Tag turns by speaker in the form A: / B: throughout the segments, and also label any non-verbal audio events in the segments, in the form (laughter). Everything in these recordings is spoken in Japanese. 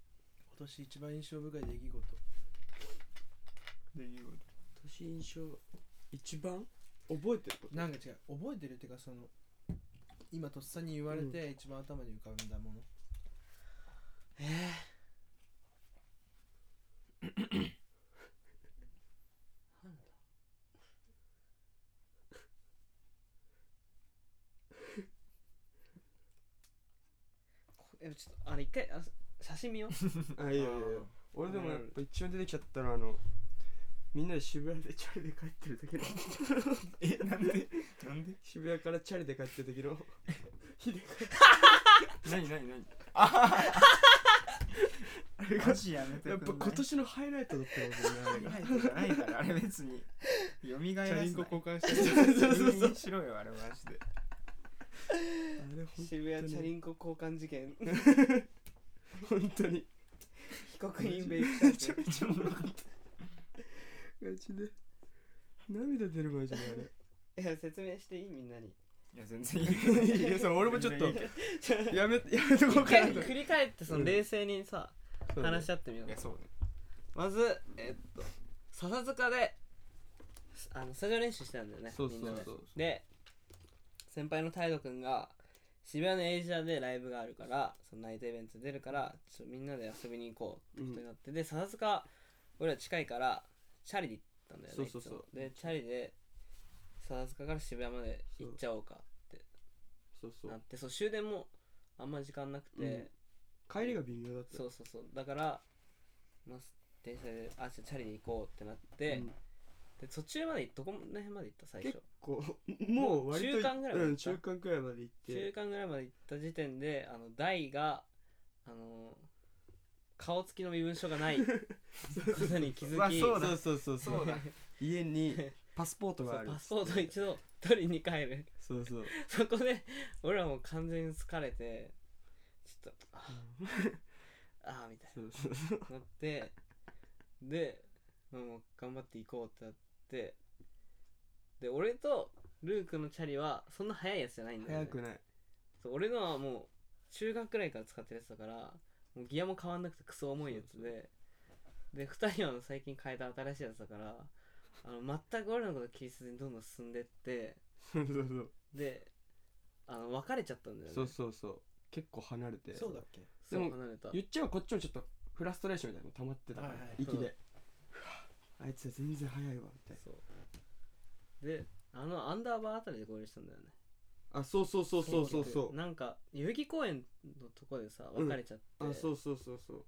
A: 年一番印象深い出来事
B: 出来事
C: 年印象一番覚えてること
A: なんか違う覚えてるっていうかその今とっさに言われて一番頭に浮かんだもの、
C: ええなんだ
D: こえちょっとあれ一回あ写真見よう
C: あいいよいいよ俺でもやっぱ一番出てきちゃったのはあのみんなで渋谷でチャリで帰ってる時の (laughs)
B: えなんでなんで
C: 渋谷からチャリで帰ってる時のひで
B: 何何何
C: あれが
B: マジやめて
C: やっぱ今年のハイライトだったもんねあれが
B: ハイライトじゃないからあれ別に蘇ら
A: チ
B: せ
A: ャ
B: な
A: リ
B: い
A: ンコ交換してる
B: 普通にしろよあれマジで
C: あれほん
D: 渋谷チャリンコ交換事件被
C: 本当に
D: 告 (laughs) 人ベイク
C: めちゃめちゃおもろかったガチで涙出る前じゃない
D: いや説明していいみんなに
B: いや全然いい
C: あれいやそれ俺もちょっと
B: い
D: ちょ
C: やめやめとこう
D: 一
C: かな
D: 回
C: と
D: 振り返ってその冷静にさ、話し
C: し
D: 合ってみよう
B: やそうね
D: まずえっと笹塚ですあのスタジオ練習してたんだよね
C: そうそう
D: みんなで
C: そう
D: で先輩の態度くんが渋谷のエイジアでライブがあるからそのナイトイベント出るからちょっとみんなで遊びに行こうってことになって、で笹塚俺ら近いからチャリで行ったんだよね
C: そうそうそう
D: いつもでチャリで笹塚から渋谷まで行っちゃおうかって
C: そうそ
D: な
C: う
D: ってそう終電もあんま時間なくて、
C: うん帰りが微妙だった
D: そうそうそうだから、まあ、電車であじゃあチャリで行こうってなって、
C: うん
D: で途中まで行っどこの辺まで行った最初
C: 結構もう割と
D: 中間ぐらいまで
C: うん
D: 行った
C: 中間くらいまで行って
D: 中間ぐらいまで行った時点であの大があの顔つきの身分証が
C: (laughs)
D: ないことに気
B: うわ
D: づき
B: そうだ
C: そうそうそうそう
B: そうだ
C: 家にパスポート
D: そう
C: がある
D: パスポートを一度取りに帰る
C: そうそう
D: (laughs) そこで俺らもう完全に疲れてちょっとああーみたい
C: そうそうそう
D: になってでもう頑張って行こうってなってで俺とルークのチャリはそんな速いやつじゃないんだよ、ね、
C: 早くない (laughs)
D: そう俺のはもう中学くらいから使ってるやつだからもうギアも変わんなくてクソ重いやつでで2人はあの最近変えた新しいやつだからあの全く俺らのこと気にせずにどんどん進んでって
C: そうそうそう
D: であの別れちゃったんだよね
C: そうそうそう結構離れて
A: そうだっけ
D: そう
C: でも
D: 離れた
C: 言っちゃうこっちもちょっとフラストレーションみたいなの溜まってたから、
A: はいはい
C: 息で、
D: そう
C: うわあいつは全然早いわみたい
D: そうであのアンダーバーあたりで合流したんだよね
C: なあそうそうそうそうそうそ
D: なんか代々木公園のとこでさ別れちゃって、
C: うあそうそうそうそう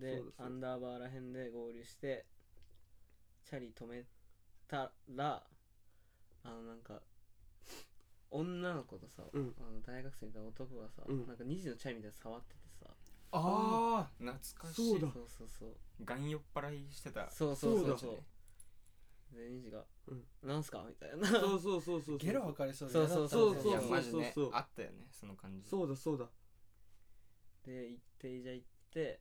D: で
C: そうだそうだ
D: アンダーバーらへんで合流してチャリ止めたらあのなんか女の子とさ、 (laughs)
C: うん
D: あの大学生みたいな男がさ、
C: うん
D: なんか2時のチャリみたいなの触っててさ
B: ああ懐かしい
C: そうだ
D: そうそうそう
B: ガン酔っ払いしてた
D: そうそうそう
C: そうだ
D: で2時が「
C: うん
D: なんすか?」みたいな
C: そうそうそうそう
A: ゲロ吐かれそう
D: そうそう
C: そう
B: い
C: そう
B: や
C: そう
B: マ
C: そ
B: ジ
C: う
B: ねあったよねその感じ
C: そうだそうだ
D: (laughs) で行ってじゃあ行って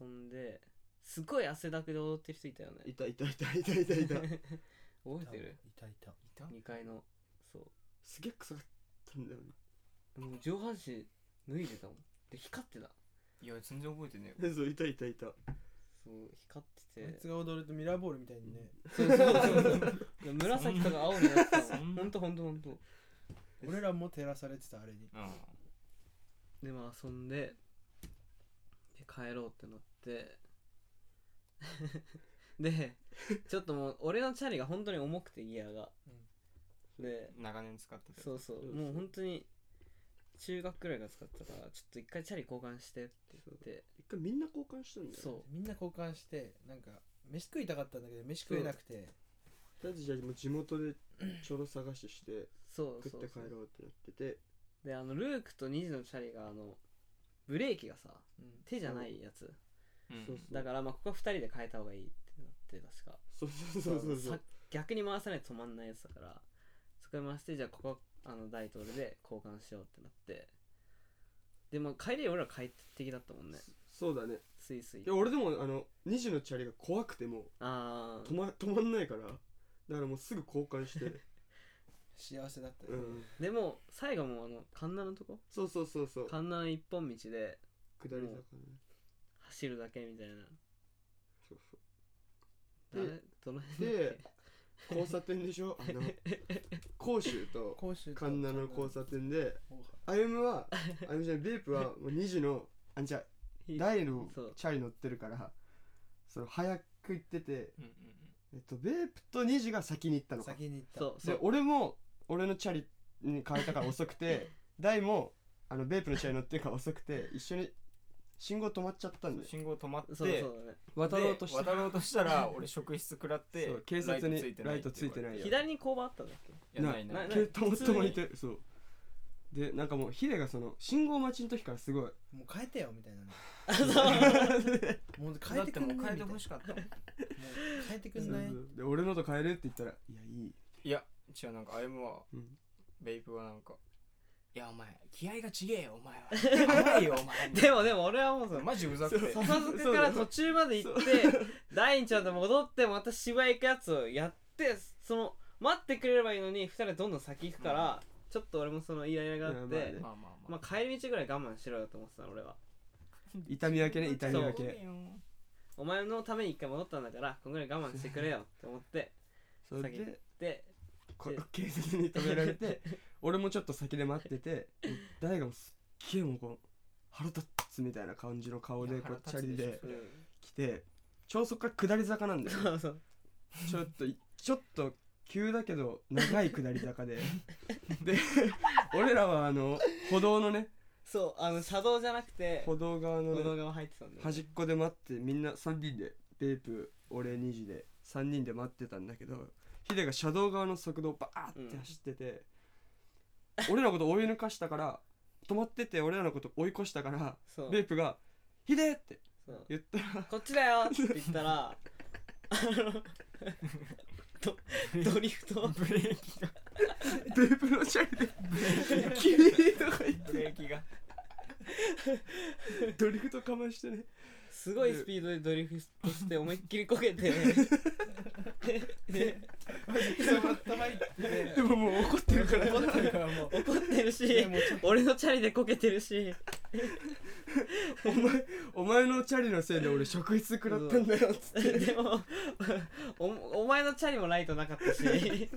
D: 遊んですごい汗だくで踊ってる人いたよね
C: いたいたいたいたいたいた
D: (laughs) 覚えてる
A: いたいた
B: いた
D: 2階のそう
C: すげえ臭かったんだよね (laughs)
D: もう上半身脱いでたもんで光ってた
B: いや全然覚えてねえ
C: でそういたいたいた
D: そう光って
A: あい
D: て
A: つが踊るとミラーボールみたいにね
D: そうそうそうそう紫とか青になってた
B: そ
D: も
B: ん
D: ん
B: な
D: ほんとほんとほんと
A: 俺らも照らされてたあれに
B: ようん
D: でまあ遊んでで帰ろうってなって (laughs) でちょっともう俺のチャリが本当に重くてギアが、で
B: 長年使ってた
D: そうそう
C: そうそう
D: もう本当に中学くらいから使ってたからちょっと一回チャリ交換してって言って
C: 一回みんな交換したんだよ
D: そう
A: みんな交換してなんか飯食いたかったんだけど飯食えなくて
C: とりあえずじゃあもう地元でちょろ探しして
D: そう
C: 食
D: そ
C: っ
D: う
C: て
D: そ
C: 帰
D: う
C: ろうってなってて
D: であのルークとニジのチャリがあのブレーキがさ
A: うん
D: 手じゃないやつ
B: うん
C: そうそう
D: だからまあここは2人で変えた方がいいってなって確か
C: そうそうそうそうそう
D: さ逆に回さないと止まんないやつだからそこに回してじゃあここあの大統領で交換しようってなってでまあ帰り俺ら帰って的だったもんね
C: そうだね
D: スイスイ
C: いや俺でもあの2時のチャリが怖くても
D: あ
C: う
D: あ
C: 止ま止まんないからだからもうすぐ交換 (laughs) して
A: 幸せだった
C: う
A: よね
C: ん
D: でも最後もあの神田のとこ
C: そうそうそうそう下
D: 神田の一本道で
C: り坂ね
D: 走るだけみたいな
C: そうそう
D: 誰
C: で
D: どの辺だっ
C: で交差点でしょあの甲州と
A: 甲州と
C: 神田の交差点で
A: 大原
C: 歩夢は歩夢じゃないベープはもう2時のあじゃあ
D: け (laughs)
C: 大の
D: そう
C: チャリ乗ってるからその早く行ってて、
B: うんうんうん
C: えっと、ベープと2時が先に行ったのか
A: 先に行った
D: そうそ
C: で
D: う
C: 俺も俺のチャリに変えたから遅くて大もあのベープのチャリ乗ってるから遅くて一緒に信号止まっちゃったん
B: そう
C: で
B: 信号止まって
D: そうそうだね
C: 渡ろうとした
B: で渡ろうとしたら俺職質食らって
C: そう警察にライトついて
B: い
C: ないよ
D: 左に交番あったんだっけ
B: やないな
D: ないい
C: け
D: 普通
C: た
D: に
C: またまいてそうでなんかもうヒデがその信号待ちの時からすごい
A: もう変えてよみたいなね (laughs) もう変えくんないうみ
C: で
B: だってても
A: た
B: 変え
A: い
B: て
A: なも
B: ほ
A: う
B: しかったもん
A: 変えてくんない
C: 俺のと変えるって言ったら「いやいい
B: いや違うなんかあゆむは」
C: うん
B: ベイプはなんか「いやお前気合がちげえよお前は甘いよお前
D: でもでも俺はもうさ
B: マジうざくて
C: そう
D: 笹塚から途中まで行って大にちゃんと戻ってまた芝行くやつをやってその待ってくれればいいのに2人はどんどん先行くから、ちょっと俺もそのイライラがあ
C: う
D: って、
C: ん
D: ま
C: ま
D: あ
C: あね
B: まあまあまあ
D: 帰り道ぐらい我慢しろよと思ってたの俺は
C: 痛み分けね痛み分け
D: お前のために一回戻ったんだからこんぐらい我慢してくれよって思って
C: それ
D: 先に行っ
C: で
D: て
C: こ警察に止められ
B: (laughs)
C: て俺もちょっと先で待ってて誰がもうすっげえもうこの腹立つみたいな感じの顔
B: い
C: で
B: や
C: こうチ
B: 腹
C: ャ
B: 立
C: リ
B: つでしょ
C: で
D: うん
C: 来て超速から下り坂なん
B: (laughs)
C: だよ
D: そうそう
C: ちょっといちょっと急だけど長い下り坂
B: (laughs)
C: でで俺らはあの歩道のね
D: (laughs) そうあの車道じゃなくて
C: 歩道側の
D: 歩道
C: ね
D: 側入ってたんで
C: 端っこで待ってみんな3人でベープ俺2時で3人で待ってたんだけどヒデが車道側の速度をバーって走って (laughs) て、俺らのこと追い抜かしたから止まってて俺らのこと追い越したから
D: そう
C: ベープが「ヒデ!」って
D: そう
C: 言った (laughs) ら
D: こっちだよって言ったらあ (laughs) のドドリフト
B: ブレーキが
C: ベープのチャリで「キリ!」とか言って
B: ブレーキが
C: ドリフトかましてね
D: すごいスピードでドリフトして思いっきりこけてで
A: 固まったまいって
C: でももう怒ってるから
A: 怒ってるからもう
D: 怒ってる
A: ね
D: し
A: もうちょっ
D: 俺のチャリでこけてるし
C: お前お前のチャリのせいで俺職質食らったんだよっつって
D: でもおお前のチャリもライトなかったし
B: い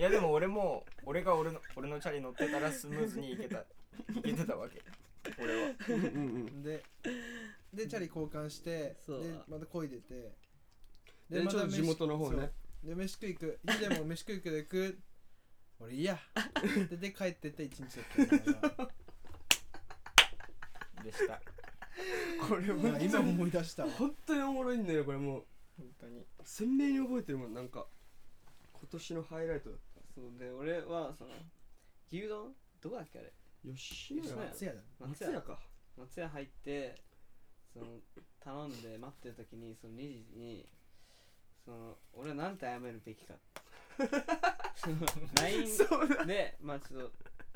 B: やでも俺も俺が俺の俺のチャリ乗ってたらスムーズに行けた行けてたわけ俺は
C: うんうんうん
A: とででチャリ交換してで
D: そう
A: また漕いでて
C: でちょっと地元の方ね
A: そうで飯食いくいつでも飯食いくで食う俺いいやでで帰ってって一日だ (laughs) った
B: でした
C: これ
A: いや
C: 本
A: 今
C: 当に
A: 思い出したわ
C: 本当におもろいんだよこれもう
B: 本当に
C: 鮮明に覚えてるもんなんか今年のハイライト
D: そうで俺はその牛丼どこだっけあれ
C: 吉野
D: 吉野家
C: 家
A: つやだ
D: 松
C: 松
D: 屋
C: 屋か
D: 松屋入ってその頼んで待ってる時にその2時にその俺は何て謝るべき (laughs) かその LINE
C: そうだ
D: でまあちょっと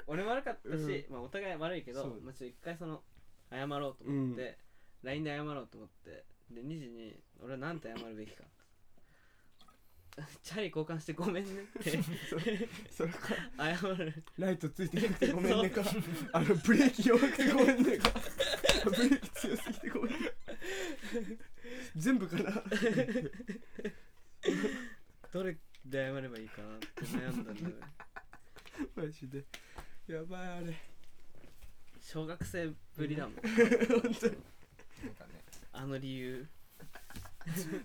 D: 俺も悪かったし、まあ、お互い悪いけど
C: そう、
D: まあ、ちょっと一回その謝ろうと思って、
C: う
D: LINE で謝ろうと思ってで2時に俺は何て謝るべきかチャリ交換してごめんね (laughs) って
C: (laughs) それか
D: 謝る
C: ライトついてなくてごめんね (laughs) かあのブレーキ弱くてごめんねか (laughs) ブレーキ強すぎてごめんね (laughs) 全部かな
D: どれで謝ればいいかなって悩んだんだよね
C: マジでやばいあれ
D: 小学生ぶりだもん
C: 本当に
B: なんかね
D: あの理由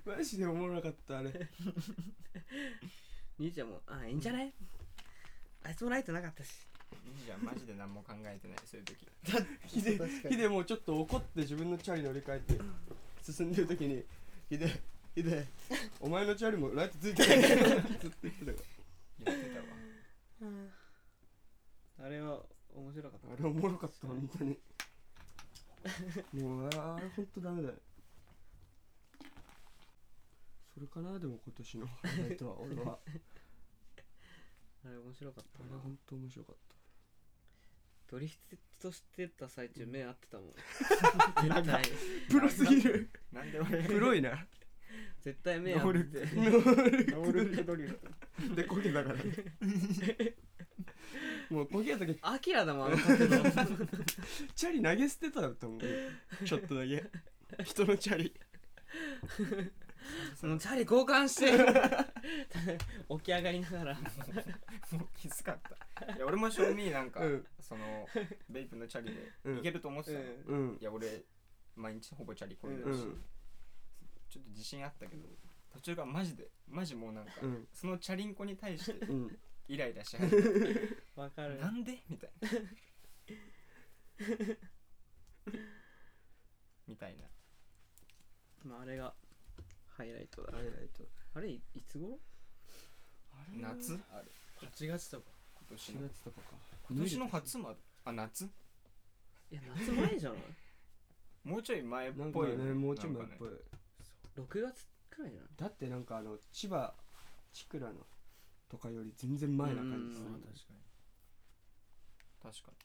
C: マジでおもろかったあれ
D: 兄ちゃんもあいいんじゃないあいつもライトなかったし
B: いいじゃんマジで何も考えてないそういう時
C: ヒデ
A: 確かに
C: ヒデもうちょっと怒って自分のチャリ乗り換えて進んでる時に「ヒデヒデお前のチャリもライトついて (laughs) ない」ずっと言ってたか
B: 言ってたわ
D: あれは面白かった
C: らあれおもろかった本当にもうあれ本当ダメだよそれかなでも今年のハイライトは俺は
D: あれ面白かった
C: あれ
D: な
C: 本当面白かった
D: ドリフトしてた最中目合ってたもん絶対
C: プロすぎる
B: なんで俺
C: プロいな
D: (laughs) 絶対目合
C: ノ
D: って
C: ル
D: て
C: ノ
B: ル
C: ル
B: ドリフ
C: でこけたからもうこけた時
B: (laughs)
D: (laughs) アキラだもんあの角度
C: チャリ投げ捨てたと思うちょっとだけ人のチャリ
D: もうチャリ交換して (laughs) 起き上がりながら
B: きつかったいや俺も正味なんか、
C: うん (laughs)
B: そのベイプのチャリ
C: うん
B: でいけると思ってたの、い
C: うん
B: や俺毎日ほぼチャリこいで
C: う
B: るし、
C: ん
B: ちょっと自信あったけど途中からマジでマジもうなんか、
C: うん
B: そのチャリンコに対して
C: (laughs) うん
B: イライラし始めて
D: わかる
B: なんでみたいな
C: (laughs)
B: みたいな
D: まああれがハイライトだ
C: ハイライト
D: あれいいつ頃
B: 夏あれ
A: 8月とか
B: 今年の
C: 4月とかか
B: 今年の初まであ夏
D: いや夏前じゃない
B: もうちょい前っ
C: なんか
B: ぽい
C: ね
B: よね
C: もうちょい前っ
B: なんか
C: ぽ
B: ね
C: い
D: 6月くらいじゃない
C: だってなんかあの千葉千倉のとかより全然前な感じす
D: う
C: る
D: ん
A: あ
C: ね
A: あ確かに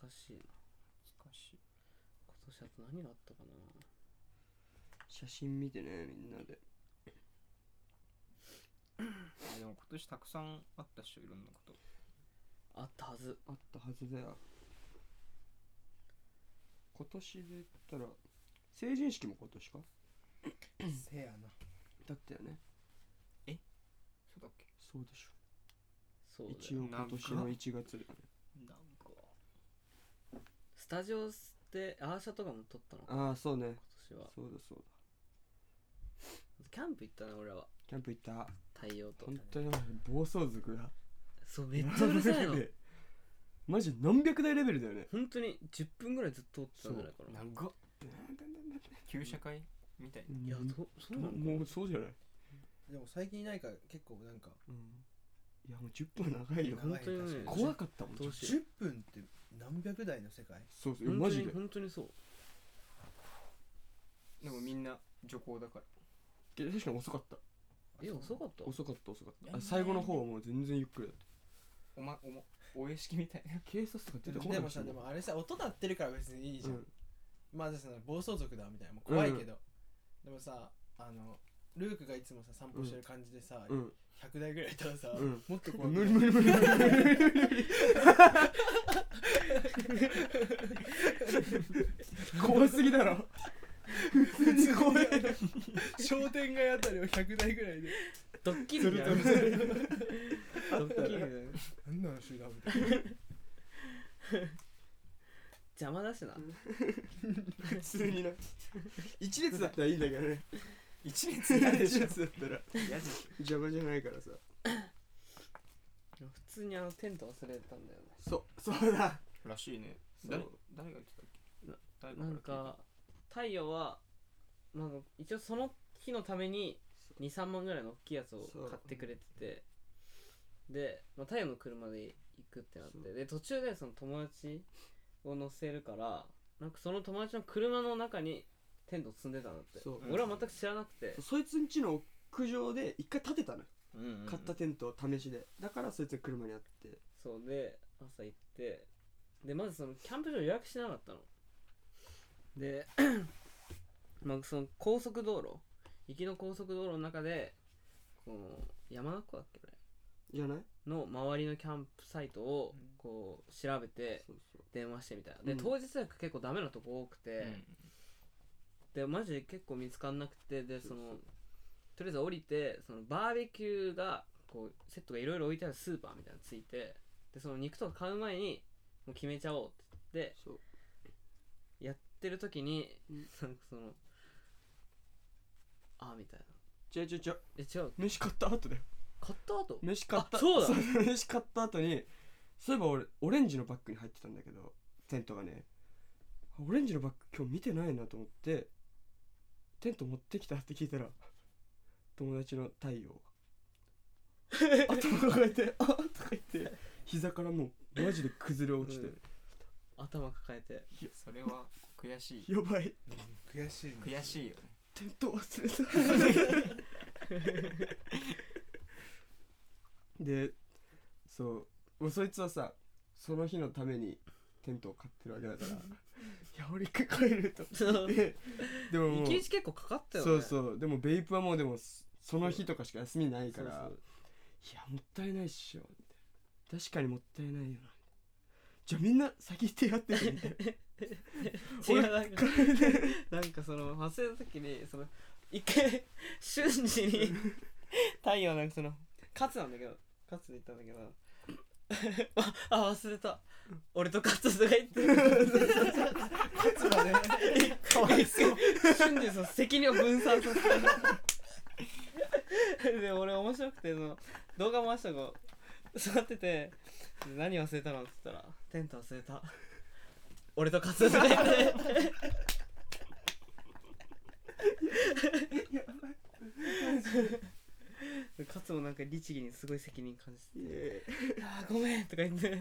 B: 確かに
D: 難しいな
B: 難しい
D: 今年あと何があったかな
C: 写真見てねみんなで
B: あでも今年たくさんあったっしょいろんなこと
D: あったはず
C: あったはずだよ今年で言ったら成人式も今年か
A: せやな
C: だったよね
B: そうだっけ
C: そうでしょ
D: そうだ
C: 一
D: よ
C: 応今年の1月だね
B: なんか
D: スタジオでアーシャとかも撮ったの今
C: ああそうね
D: 年は
C: そうだそうだ
D: キャンプ行ったね俺は
C: キャンプ行った
D: 太陽と
C: 本当に暴走族が
D: そうめっちゃうるさいの
C: (laughs) マジ何百台レベルだよね
D: 本当に10分ぐらいずっと撮ってたんじゃないかな
B: 長っ旧社会みたい
C: うん
D: いやどそうなの
C: もうそうじゃない、
A: でも最近いないから結構なんか
C: いやもう10分長いよ
A: 長い
D: 本当にね
A: 確かに
C: 怖かったもん
D: どうしよ
A: 10分って何百台の世界
C: そうそうう
D: 本
C: マ
D: 当
C: ジ
D: に
C: で
D: 本当にそう
B: でもみんな女行だから
C: 確かに遅かった
D: え遅かった
C: 遅かった遅かっ
B: や
C: た
B: ば
C: あ
B: い
C: 最後の方はもう全然ゆっくりだっ
B: おまおもお屋敷みたいな
C: た警察とか出てこな
A: で
C: い
A: もさでもあれさ音鳴ってるから別にいいじゃん、
C: うん
A: まあですね暴走族だみたいなもう怖いけど、でもさあのルークがいつもさ散歩してる感じでさ、
C: うん
A: 100台ぐらいいたらさ、
C: うん
A: もっと怖くな
C: 無
A: い
C: 理無理無理無理無理無理無理怖すぎだろ
A: 普通に怖い商店街あたりは100台ぐらい
C: (laughs)
A: で
D: ドッキリみたいなドッキリみたいな
A: 何なの集団みたいな
D: 邪魔だしな
C: 普通にな一列だったらいいんだけどね
B: 一列嫌で
C: 一
B: しょ
C: 列だったら
B: 嫌でしょ
C: 邪魔じゃないからさ
D: 普通にあのテント忘れてたんだよね
C: そうそうだ
B: らしいね
C: そう
B: 誰誰が言ってたっけ
D: な
B: 誰
D: なんか太陽はなんか一応その日のために23万ぐらいの大きいやつを
C: そう
D: 買ってくれててで、まあ、太陽の車で行くってなってで途中でその友達を乗せるからなんかその友達の車の中にテント積んでたんだって
C: そう
D: 俺は全く知らなくて、
C: そいつんちの屋上で一回建てたのよ
B: うんうんうん
C: 買ったテントを試しでだからそいつが車にあって
D: そうで朝行ってでまずそのキャンプ場予約しなかったので (clears throat) まあその高速道路行きの高速道路の中でこの山中湖だっけこれ
C: じゃない
D: の周りのキャンプサイトを
A: うん
D: こう調べて
C: そうそう
D: 電話してみたいなで、
C: うん
D: 当日約結構ダメなとこ多くて、でマジで結構見つかんなくてでそのとりあえず降りてそのバーベキューがこうセットがいろいろ置いてあるスーパーみたいなのついてでその肉とか買う前にもう決めちゃおうって言って
C: そう
D: やってる時に、
C: うん
D: なんかそのあみたいな
C: じゃじゃじゃ
D: え違う
C: 飯買った後だよ
D: 買った後
C: 飯買った
D: あそうだ
C: 飯買った後にそういえば俺オレンジのバッグに入ってたんだけどテントがねあオレンジのバッグ今日見てないなと思ってテント持ってきたって聞いたら友達の太陽が頭抱えて「あとか言って膝からもうマジで崩れ落ちて、
D: 頭抱えて
B: それは悔しい
C: やばい
A: 悔しいね
B: 悔しいよね
C: テント忘れたでそうもうそいつはさその日のためにテントを買ってるわけだからいや俺一回帰ると
D: そう
C: ででももう
D: 一日結構かかったよね
C: そうそうでもベイプはもうでもそその日とかしか休みないから
D: そうそう
C: いやもったいないっしょ確かにもったいないよなじゃあみんな先行ってやっててみたい (laughs) な
D: 違うなんかなんかその発生の時にその一回瞬時 (laughs) に太陽なんかその勝つなんだけど勝つで言ったんだけど (laughs) ああ忘れた俺と勝つとか言って
A: つだね
D: かわいそう瞬時にその責任を分散させてで俺面白くてその動画回した子座ってて「何忘れたの?」って言ったら「テント忘れた」「俺と勝つ」とか言って勝つもなんか律儀にすごい責任感じて「あーごめん」とか言って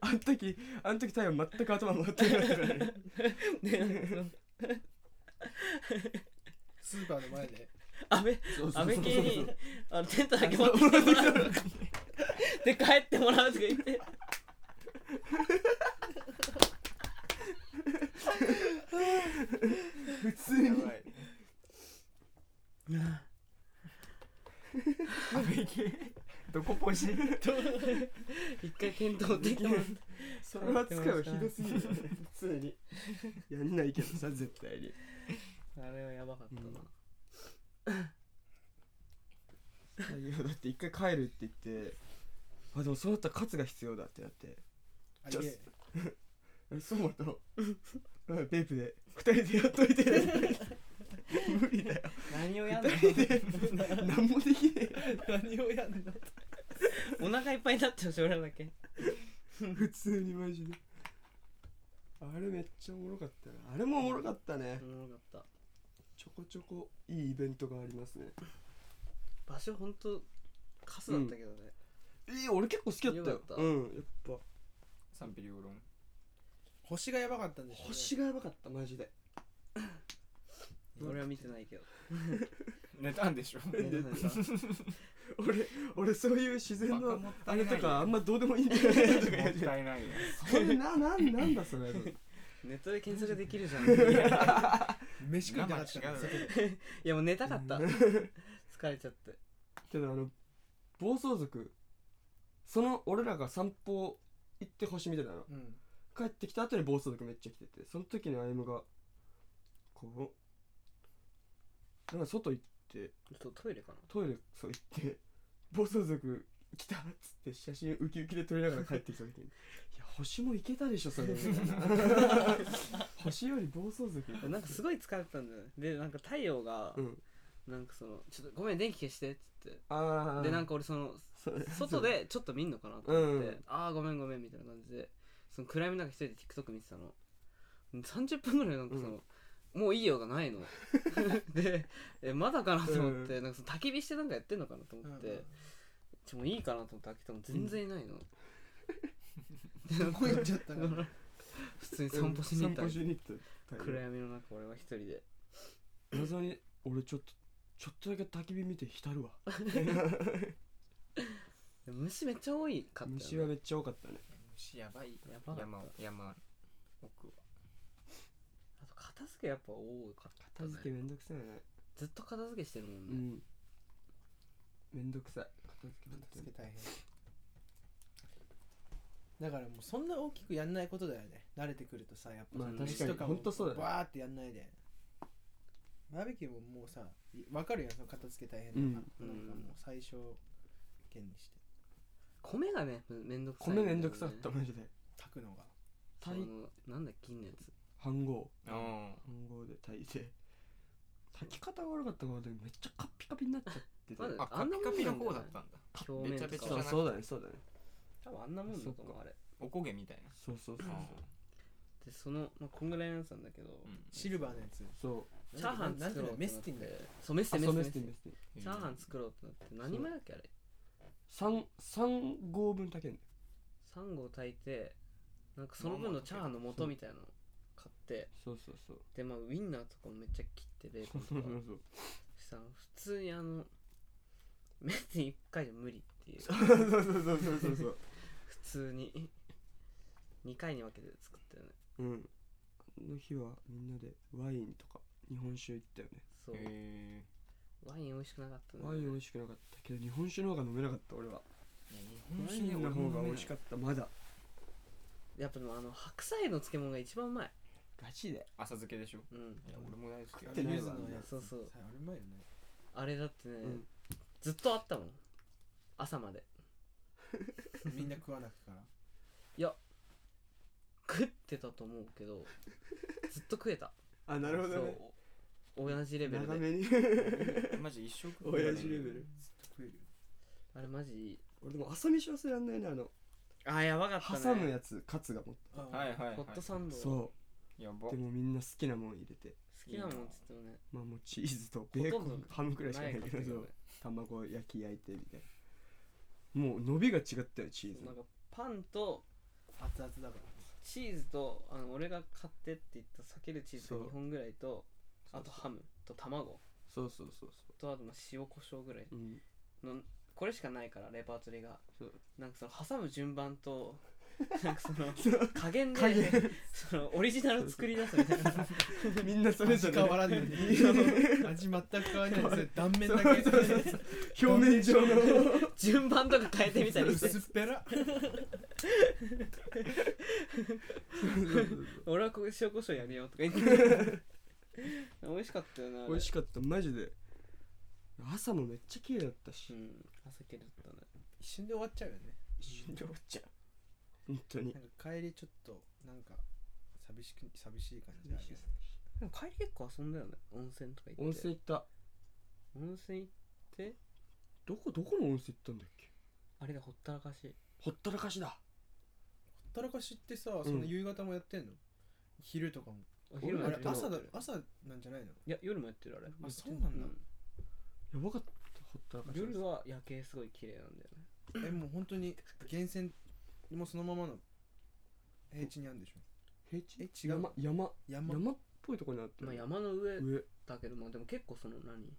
C: あの時あの時太陽全く頭回ってなかったからね
D: でなんかその
A: スーパーの前で
D: 安倍
C: そうそうそ
D: 安
C: う
D: 倍
C: そう
D: 系にあのテントだけ持ってきてもらうで帰ってもらうとか言って
C: 普通に
B: やばいア
C: (laughs)
B: メリカどこポジ
D: 一回テント持ってきてもらって
C: それは使いはひどすぎるよね普 (laughs) 通にやんないけどさ絶対に
D: あれはやばかったな、
C: 太陽だって一回帰るって言ってあでもそうなったら勝つが必要だってなって
A: あ
C: ちょ
A: いえ
C: えそうだとうん (laughs) ベープで二人でやっといて無理だよ
D: 何をやんの
C: 二人で何もできね
D: 何をやんのお腹いっぱいになっちゃうし俺らだけ
C: え普通にマジであれめっちゃおもろかったなあれもおもろかったね
D: おもろかった
C: ちょこちょこいいイベントがありますね
D: 場所ほんとカスだったけどね、
C: えー、俺結構好きだったよ
D: よかった
C: うんやっぱ
B: 賛否両論
A: 星がやばかったんでしょうね
C: 星がやばかったマジでうん
D: 俺は見てないけど
B: 寝たんでしょ
D: ごめんなさい
C: 俺俺そういう自然
B: バカ
C: の
B: もった
C: あ
B: いな
C: れ
B: い
C: とかあんまどうでもいいんだよねとか
B: も
C: 言
B: っ
C: って
B: たいないよ
C: それななんなんだそれ
D: ネットで検索できるじゃんい
A: 飯食いたかったん
B: 生違う
A: で
D: やもう寝たかった疲れちゃって
C: けどあの暴走族その俺らが散歩行って星見てたの
A: うん
C: 帰ってきた後に暴走族めっちゃ来ててその時に歩夢がこうなんか外行って
D: そうトイレかな
C: トイレそう行って暴走族来たっつって写真ウキウキで撮りながら帰ってきた
D: (laughs)
C: 時に「いや星も行けたでしょそれ」みたいな星より暴走族行けた
D: なんかすごい疲れてたんだよねでなんか太陽が、
C: うん
D: なんかその「ちょっとごめん電気消して」っつって
C: ああ
D: でなんか俺その
C: そう
D: 外でちょっと見んのかなと思って「
C: うん
D: ああごめんごめん」みたいな感じでその暗闇の中一人で TikTok 見てたの30分ぐらいなんかその、もういいよがない
C: (laughs)
D: のでえまだかなと思って、なんかその焚き火してなんかやってんのかなと思って、
A: うん
D: ちょもういいかなと思って開けても全然いないの、で
A: どこ行っちゃったかな
D: 普通に散歩しに行った
C: 散歩
D: り
C: しに行った
D: 暗闇の中俺は一人で
C: 謎に俺ちょっとちょっとだけ焚き火見て浸
D: (laughs)
C: るわ
D: でも虫めっちゃ多いかったよね
C: 虫はめっちゃ多かったね
B: 虫やばい
D: やばかった
B: 山山奥は
D: あと片付けやっぱ多かった
C: 片
D: ね
C: 付けめんどくさいね
D: ずっと片付けしてるも
C: う
D: んね、
C: んめんどくさい片付けめんどく
A: 片
C: さい
A: 付け大変だからもうそんな大きくやんないことだよね慣れてくるとさやっぱ
C: まあ
A: その
C: 確かに
A: 飯とかも
C: ほんとそうだね
A: バーってやんないでバーベキューももうさいわかるやんその片付け大変だから、
D: うん
A: なんかもう最小限にして
D: 米がねめめんどくさいだ
C: 米
D: よね、
C: めんどくさかったマジで
A: 炊くのが
D: そ
C: 炊い
D: のなんだっけ銀のやつ
C: 飯合
B: うん
C: 飯合で炊いて炊き方が悪かったからでもめっちゃカッピカピになっちゃってて
D: まだ
B: あカピカピの方だったんだ
D: 表面と
B: べちゃべちゃじ
D: か
B: ゃ
C: そうそうだ
B: な
C: ねそうだね
D: 多分あんなもんだと思うあれ
B: おこげみたいな
C: そうそうそう
D: でその、まあ、こんぐらいのやつなんだけど、
A: シルバーのやつ
C: そう
D: チャーハン
A: なんて
D: 作
A: いう
D: ろ
A: の
D: う
A: メスティンだよ
D: そうメステ
C: そう
D: ィ
C: そう
D: ン
C: メ
D: メ
C: ス
D: ス
C: ティン
D: ティ
C: メ
D: ン
C: スティン
B: うん
D: チャーハン作ろうってなって何枚だっけあれ
C: 三三合分炊けんだよ
D: サンゴを炊いてなんかその分のチャーハンの素みたいなの買って
C: そうそうそう
D: でまあウインナーとかもめっちゃ切ってベーコ
C: そう
D: ンと
C: そう
D: か
C: そうそう
D: したの普通にあのメスティン1回じゃ無理っていう
C: そうそうそうそうそうそう
D: 普通に2回に分けて作ったよね
C: うんあの日はみんなでワインとか日本酒行ったよね
D: そう
B: へえ
D: ワイン美味しくなかったね
C: ワイン美味しくなかったけど日本酒の方が飲めなかった俺はマジの方が美味しかったまだ
D: やっぱでもあの白菜の漬物が一番うまい
C: ガチで
B: 浅漬けでしょ
D: うん
B: いや俺も大好き
C: 食
B: あ
C: っ
B: れ
C: てないわ
A: 柚子のやつ
D: そうそう
A: あれうまいよね
D: あれだってね、
C: うん
D: ずっとあったもん朝まで
A: みんな食わなくから
D: いや食ってたと思うけどずっと食えた
C: あなるほどね
D: そう同じレベル
C: 長
D: で
C: めに (laughs)
B: マジ一生食
C: 親父レベル
A: 食えるよ
D: あれマジいい
C: 俺でも朝飯忘れらんないねあの
D: あーやばかったね
C: 挟むやつカツが持って
A: あ
B: はいはいはい
D: ホットサンド好
C: そ
B: や
C: う
B: ば
C: でもみんな好きなもん入れて
D: きなもんっつってもね
C: まあもうチーズとベーコ
D: ほとん
C: ン
D: ど
C: ハムくらいしかない
D: か
C: け
D: った
C: ど
D: けど
C: そう卵焼き焼いてみたいなもう伸びが違ったよチーズ
D: な
C: の
D: んかパンと
A: 熱々だから
D: チーズとあの俺が買ってって言った避けるチーズが
C: そう
D: 2本ぐらいとあとハムと卵
C: そうそうそうそ
D: とあとまあ塩コショウぐらいう
C: うん
D: のこれしかないからレパートリーが
C: そう
D: なんかその挟む順番
C: (laughs)
D: となんかその
C: そう
D: 加減で
C: 加減
D: そのオリジナル作り出すみたいな
C: (laughs) みんなそれぞ
A: 味
C: れ
A: 変わらんのに
C: (laughs)
A: 味全く変わらないそれ断面だけ
C: そうそう表面上の
D: 順番とか変えてみたりして
A: 薄っぺら
D: 俺はここで塩コショウやるよとか言って
C: (laughs)
D: 美味しかったよなあれ
C: 美味しかったマジで朝もめっちゃ綺麗だったし
D: うん朝系だったね
A: 一瞬で終わっちゃうよね
C: 一瞬で終わっちゃう本当に
A: なんか帰りちょっとなんか寂しく寂しい感じであるよね
D: でも帰り結構遊んだよね温泉とか行って
C: 温泉行った
D: 温泉行って
C: どこどこの温泉行ったんだっけ
D: あれがほったらかし
C: ほったらかしだ
A: ほったらかしってさその夕方もやってんの昼とかも
D: お
C: 昼
D: 昼
C: も
D: も
A: あ
D: やっ
A: れ
D: てる
A: 朝だ朝なんじゃないの
D: いや夜もやってるあれ
A: あそうなんだ
C: やばかったほったらかし
D: 夜は夜景すごい綺麗なんだよね
A: えもう本当に源泉もうそのままの平地にあるんでしょ
C: 平地
A: え違う
C: 山山
A: 山
C: 山っぽいところにあって
D: まあ山の上
C: 上
D: だけどまあでも結構その何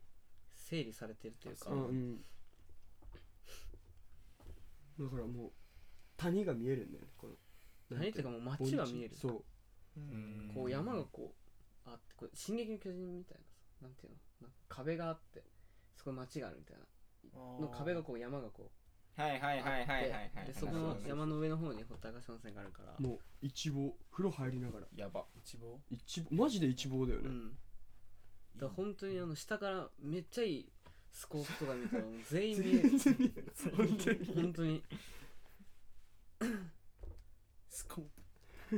D: 整理されてるというか
C: うんうんだからもう谷が見えるんだよねこの
D: 何っていうか
C: も
D: もう街が見える
C: そう
A: う
B: うんん
D: こう山がこうあってこれ「進撃の巨人」みたいなさなんていうのなんか壁があってそこに街があるみたいなの壁がこう山がこう
B: はいはい
D: あっ
B: はいはいはいはい
D: てでそこ
C: そう
D: の
C: そうそう
D: 山の上の方にほったらかし温泉があるから
C: もう一望風呂入りながら
B: やば
A: 一望
C: 一望マジで一望だよ
D: う
C: ね、
D: んだから本当にあの下からめっちゃいいスコープとか見たらもう全員見える
C: 全然見える本当に
D: 本当に
A: スコープ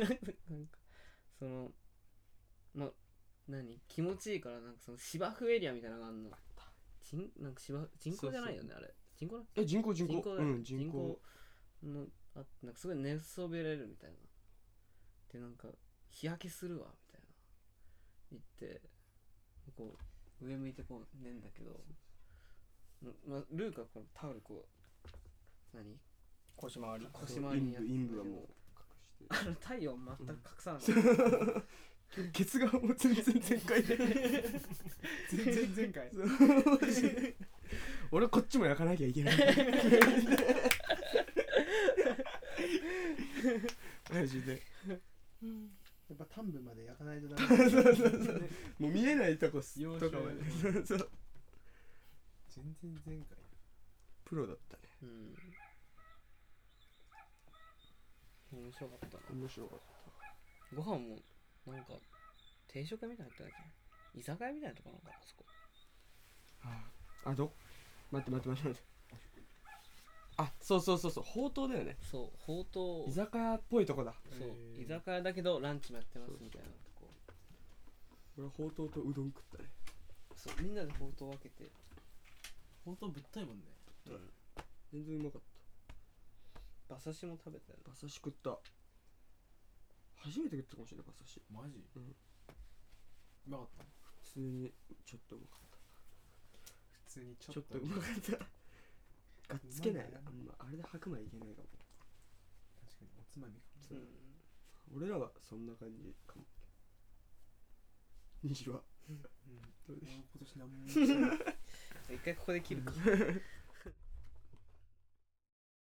D: なんかそのま何気持ちいいからなんかその芝生エリアみたいなのがあんの人なんか芝人工じゃないよねあれ人工だ
C: え人工人工
D: 人工だ
C: う
D: よね
C: ん人工
D: のあなんかすごい寝そべれるみたいなでなんか日焼けするわみたいな言ってこう上向いてこう寝んだけどままルーカはこのタオルこう何
B: 腰回り
D: 腰回りにやって
C: 陰
D: ん
C: 部
D: だ
C: は
D: け
C: もう
D: どあの太陽全く隠さない、
C: 隠
D: (laughs)
C: してケツがもう全然全開で
A: 全然前回
C: 俺こっちも焼かなきゃい
D: (laughs)
C: けないマジで
A: やっぱ丹部まで焼かないとダメ
C: もう見えないとこす
A: 要所
C: とかまでそうそう
A: 全然前回
C: プロだったね
D: うん面白かったな
C: 面白かっ
D: ご飯もなんか定食みたいなのやってたっけ居酒屋みたいなとこなのかなあそこ
C: たああど待って待って待って待ってあそうそうそうそうほうとうだよね
D: そうほうと
C: 居
D: う
C: 酒屋っぽいとこだ
D: そう
A: へー
D: 居酒屋だけどランチもやってますみたいなとこ
C: 俺ほうとうとうどん食ったね
D: そうみんなでほうとう分けて
A: 本当ぶったいもんね
C: 全然うまかっ
D: 馬刺しも食べたよね
C: た馬刺し食った初めて食ったかもしれない馬刺し
A: マジ
C: う
A: うんまかった
C: 普通にちょっとうまかっ
A: 普通にちょ
C: た
A: っ
C: ちょ
A: と
C: っ (laughs) とうまかったがっつけないな
A: うま
C: あんまあれで白米いけないかも
A: 確かにおつまみか
D: うん
C: 俺らはそんな感じかも虹は
A: うん
C: どうでし (laughs)
A: 今年何もしてない
D: 一回ここで切るか